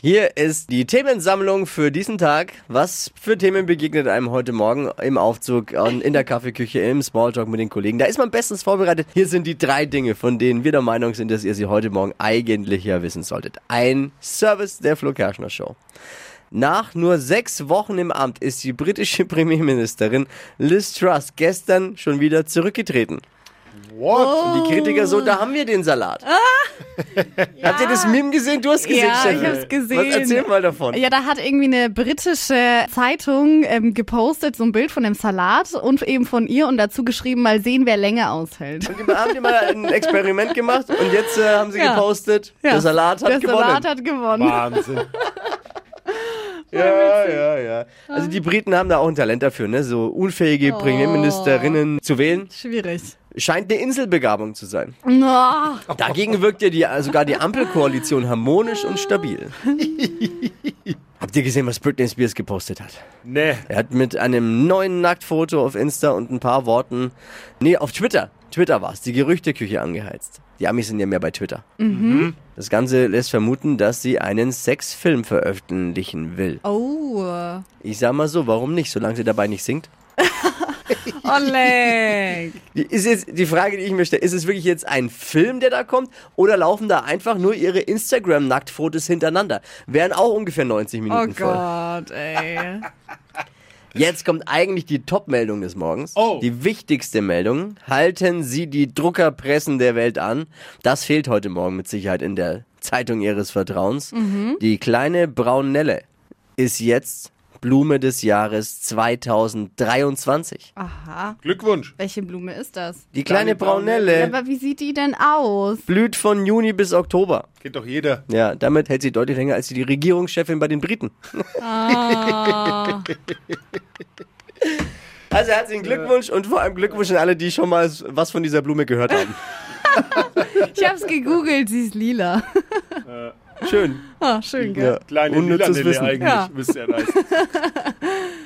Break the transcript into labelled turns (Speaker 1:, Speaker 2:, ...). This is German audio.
Speaker 1: Hier ist die Themensammlung für diesen Tag. Was für Themen begegnet einem heute Morgen im Aufzug, an- in der Kaffeeküche, im Smalltalk mit den Kollegen? Da ist man bestens vorbereitet. Hier sind die drei Dinge, von denen wir der Meinung sind, dass ihr sie heute Morgen eigentlich ja wissen solltet. Ein Service der Flo Kerschner Show. Nach nur sechs Wochen im Amt ist die britische Premierministerin Liz Truss gestern schon wieder zurückgetreten.
Speaker 2: Oh,
Speaker 3: What?
Speaker 1: Die Kritiker so, da haben wir den Salat. Habt ihr das Meme gesehen? Du hast gesehen,
Speaker 2: Ah. Ja, ich
Speaker 1: Steffi.
Speaker 2: hab's gesehen.
Speaker 1: Was, erzähl mal davon.
Speaker 2: Ja, da hat irgendwie eine britische Zeitung ähm, gepostet, so ein Bild von dem Salat und eben von ihr und dazu geschrieben, mal sehen, wer länger aushält.
Speaker 1: Und die haben die mal ein Experiment gemacht und jetzt äh, haben sie
Speaker 2: Ja.
Speaker 1: gepostet,
Speaker 2: Ja.
Speaker 1: der Salat hat
Speaker 2: Der
Speaker 1: gewonnen.
Speaker 2: Salat hat gewonnen.
Speaker 3: Wahnsinn.
Speaker 1: ja, ja, ja. Also die Briten haben da auch ein Talent dafür, ne? so unfähige
Speaker 2: Oh.
Speaker 1: Premierministerinnen zu wählen.
Speaker 2: Schwierig.
Speaker 1: Scheint eine Inselbegabung zu sein.
Speaker 2: Oh,
Speaker 1: Dagegen wirkt ja die, äh, sogar die Ampelkoalition harmonisch und stabil. Habt ihr gesehen, was Britney Spears gepostet hat?
Speaker 3: Nee.
Speaker 1: Er hat mit einem neuen Nacktfoto auf Insta und ein paar Worten, nee, auf Twitter, Twitter war's, die Gerüchteküche angeheizt. Die Amis sind ja mehr bei Twitter. Das Ganze lässt vermuten, dass sie einen Sexfilm veröffentlichen will.
Speaker 2: oh.
Speaker 1: Ich sag mal so, warum nicht, solange sie dabei nicht singt?
Speaker 2: Oh, Oleg.
Speaker 1: Die- Ist jetzt die Frage, die ich mir stelle, ist es wirklich jetzt ein Film, der da kommt, oder laufen da einfach nur ihre Instagram-Nacktfotos hintereinander? Wären auch ungefähr 90
Speaker 2: Oh
Speaker 1: Minuten voll.
Speaker 2: Gott, ey.
Speaker 1: Jetzt kommt eigentlich die Top-Meldung des Morgens.
Speaker 3: Oh.
Speaker 1: Die wichtigste Meldung. Halten Sie die Druckerpressen der Welt an. Das fehlt heute Morgen mit Sicherheit in der Zeitung Ihres Vertrauens.
Speaker 3: Mhm.
Speaker 1: Die kleine Braunelle ist jetzt Blume des Jahres 2023.
Speaker 2: Aha. Äh.
Speaker 3: Glückwunsch.
Speaker 2: Welche Blume ist das?
Speaker 1: Die kleine
Speaker 3: Kleine Braunelle.
Speaker 1: Braunelle
Speaker 2: Aber wie sieht die denn aus?
Speaker 1: blüht von Juni bis Oktober.
Speaker 3: Geht doch jeder.
Speaker 1: Ja, damit hält sie deutlich länger als die Regierungschefin bei den Briten.
Speaker 2: Ah.
Speaker 1: Also herzlichen Glückwunsch und vor allem Glückwunsch an alle, die schon mal was von dieser Blume gehört haben.
Speaker 2: Ich hab's gegoogelt, sie ist lila.
Speaker 1: Schön.
Speaker 2: Oh, schön, gell?
Speaker 3: Kleine
Speaker 1: Unnützes
Speaker 3: Lilanelle
Speaker 1: Wissen.
Speaker 3: eigentlich.
Speaker 2: Ja.
Speaker 3: Wisst ihr nice.